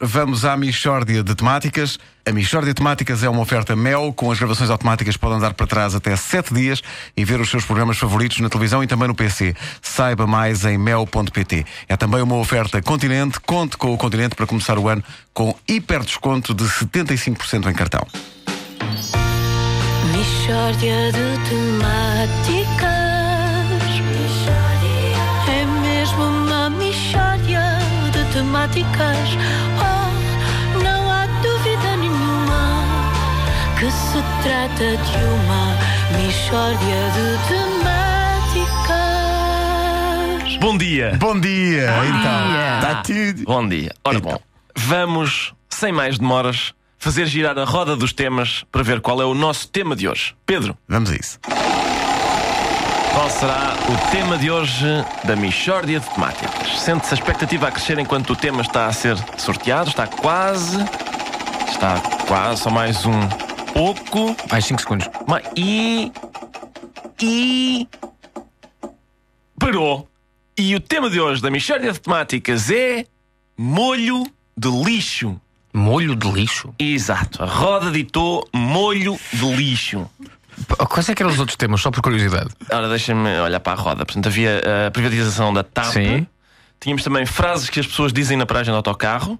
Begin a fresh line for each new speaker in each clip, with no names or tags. Vamos à Michórdia de Temáticas. A Michórdia de Temáticas é uma oferta Mel, com as gravações automáticas podem andar para trás até 7 dias e ver os seus programas favoritos na televisão e também no PC. Saiba mais em mel.pt. É também uma oferta Continente. Conte com o Continente para começar o ano com hiper desconto de 75% em cartão.
Mistória de temáticas. É mesmo uma mistória de temáticas. Oh, não há dúvida nenhuma que se trata de uma mistória de temáticas.
Bom dia.
Bom dia! então, dia. Tá
Bom dia. Ora
Então.
bom, vamos, sem mais demoras, fazer girar a roda dos temas para ver qual é o nosso tema de hoje. Pedro,
Vamos a isso.
qual será o tema de hoje da Michórdia de Temáticas? Sente-se a expectativa a crescer enquanto o tema está a ser sorteado, está quase. Está quase, só mais um pouco.
Mais 5 segundos.
Ma- E. E. Parou. E o tema de hoje da Michórdia de Temáticas é. Molho de lixo.
Molho de lixo?
Exato. A roda ditou molho de lixo.
P- Quais é que eram os outros temas, só por curiosidade?
Ora, deixa-me olhar para a roda. Portanto, havia eh, a privatização da TAP.
Sim.
Tínhamos também frases que as pessoas dizem na paragem do autocarro.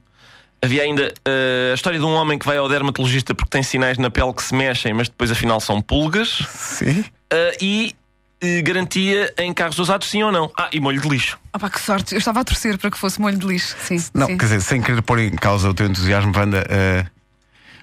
Havia ainda eh, a história de um homem que vai ao dermatologista porque tem sinais na pele que se mexem, mas depois afinal são pulgas.
Sim?
Eh, e eh, garantia em carros usados, sim ou não? Ah, e molho de lixo.
Ah pá, que sorte. Eu estava a torcer para que fosse molho de lixo. Sim,
Não,
sim.
quer dizer, sem querer pôr em causa o teu entusiasmo, Wanda, eh,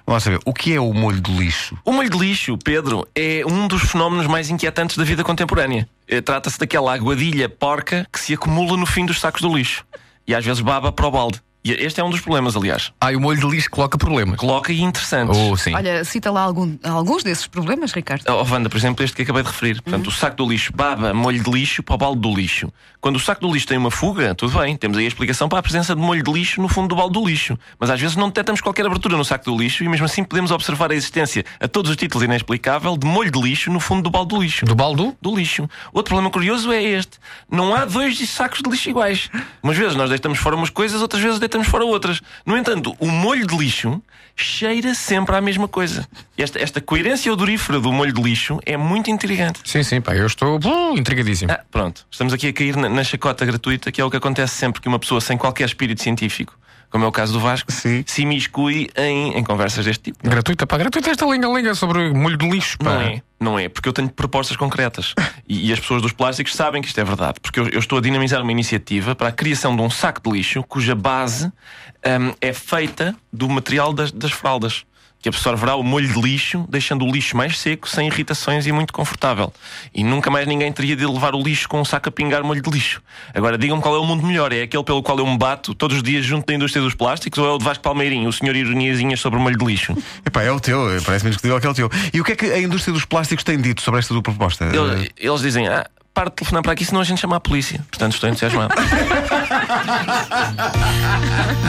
vamos lá saber, o que é o molho de lixo?
O molho de lixo, Pedro, é um dos fenómenos mais inquietantes da vida contemporânea. Eh, Trata-se daquela aguadilha porca que se acumula no fim dos sacos do lixo e às vezes baba para o balde. E este é um dos problemas, aliás.
Ah, e o molho de lixo coloca problemas.
Coloca e interessantes.
Oh, sim.
Olha, cita lá algum- alguns desses problemas, Ricardo.
Oh, Wanda, por exemplo, este que acabei de referir. Portanto, o saco do lixo baba molho de lixo para o balde do lixo. Quando o saco do lixo tem uma fuga, tudo bem, temos aí a explicação para a presença de molho de lixo no fundo do balde do lixo. Mas às vezes não detectamos qualquer abertura no saco do lixo e mesmo assim podemos observar a existência, a todos os títulos inexplicável, de molho de lixo no fundo do balde do lixo.
Do baldo?
do lixo. Outro problema curioso é este: não há dois sacos de lixo iguais. Umas vezes nós deitamos fora umas coisas, outras vezes deitamos fora outras. No entanto, o molho de lixo cheira sempre à mesma coisa. Esta, esta coerência odorífera do molho de lixo é muito intrigante.
Sim, sim, pá, eu estou uh, intrigadíssimo.
Ah, pronto, estamos aqui a cair na, na chacota gratuita, que é o que acontece sempre que uma pessoa sem qualquer espírito científico, como é o caso do Vasco,
Sim.
se imiscui em, em conversas deste tipo.
Gratuita, pá, gratuita esta lenga-lenga sobre molho de lixo, pá.
Não é, não é, porque eu tenho propostas concretas. E, e as pessoas dos plásticos sabem que isto é verdade, porque eu, eu estou a dinamizar uma iniciativa para a criação de um saco de lixo cuja base hum, é feita do material das, das fraldas. Que absorverá o molho de lixo, deixando o lixo mais seco, sem irritações e muito confortável. E nunca mais ninguém teria de levar o lixo com um saco a pingar molho de lixo. Agora, digam-me qual é o mundo melhor: é aquele pelo qual eu me bato todos os dias junto da indústria dos plásticos ou é o de Vasco Palmeirinho, o senhor Ironiazinhas sobre o molho de lixo?
Epá, é o teu, parece-me discutível que é o teu. E o que é que a indústria dos plásticos tem dito sobre esta tua proposta?
Eles, eles dizem, ah, para de telefonar para aqui, senão a gente chama a polícia. Portanto, estou entusiasmado.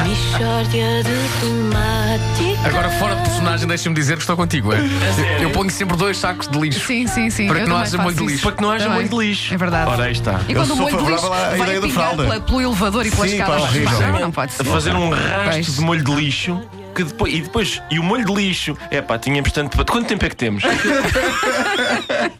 Mistória de temáticas.
Agora, fora de personagem, deixa-me dizer que estou contigo, é?
sério?
Eu ponho sempre dois sacos de lixo.
Sim, sim, sim.
Para que
Eu
não
também
haja molho de
faço
lixo.
isso.
Para que não haja
Também.
molho de lixo.
É verdade.
Ora, aí está.
E quando
sou
o molho de lixo
favorável à
vai
ideia do
pingar
fralda.
pela- pelo elevador e pelas
Sim, pá,
escadas.
horrível.
Pá, não, não pode
A
ser.
fazer um rasto
Pois.
de molho de lixo que depois, e depois, e o molho de lixo, é pá, tínhamos tanto. Quanto tempo é que temos?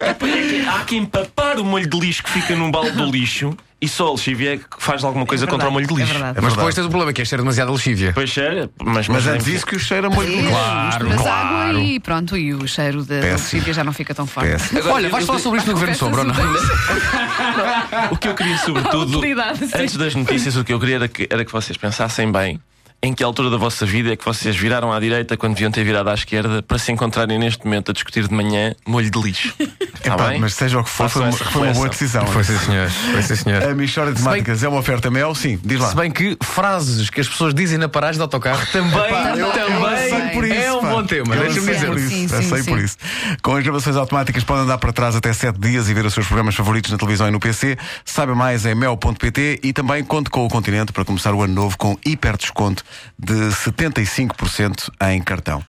Depois é que há que empapar o molho de lixo que fica num balde do lixo e só a lexívia é que faz alguma coisa
É
contra o molho de
verdade,
lixo.
É verdade.
Mas depois tens o problema que é ser demasiada lexívia.
Pois sério, mas,
Mas
é
antes disso que o cheiro a molho de lixo.
Claro,
Mas a
claro.
água e pronto, e o cheiro da da
Péssimo.
lexívia já não fica tão forte.
Péssimo.
Olha, vais falar sobre isto no governo Sombra, ou não? é?
O que eu queria, sobretudo,
utilidade, sim.
antes das notícias, o que eu queria era que, era que vocês pensassem bem em que altura da vossa vida é que vocês viraram à direita quando deviam ter virado à esquerda para se encontrarem neste momento a discutir de manhã molho de lixo. Está
Epá,
bem?
mas seja o que for, foi
Façam
uma,
essa
foi uma boa
reflexão.
decisão.
Foi sim, senhor. Foi sim, senhor.
A Michórdia de Temáticas é uma oferta mel, sim, diz lá.
Se bem que frases que as pessoas dizem na paragem de autocarro também,
Epá,
eu-
também
eu sei por
é
isso,
um
pá.
bom tema.
Eu
Deixa-me
sei
dizer.
por isso,
Sim,
eu
sim,
sei
sim.
por isso. Com as gravações automáticas podem andar para trás até 7 dias e ver os seus programas favoritos na televisão e no PC. Saiba mais em mel.pt e também conte com o Continente para começar o ano novo com hiper desconto de 75% em cartão.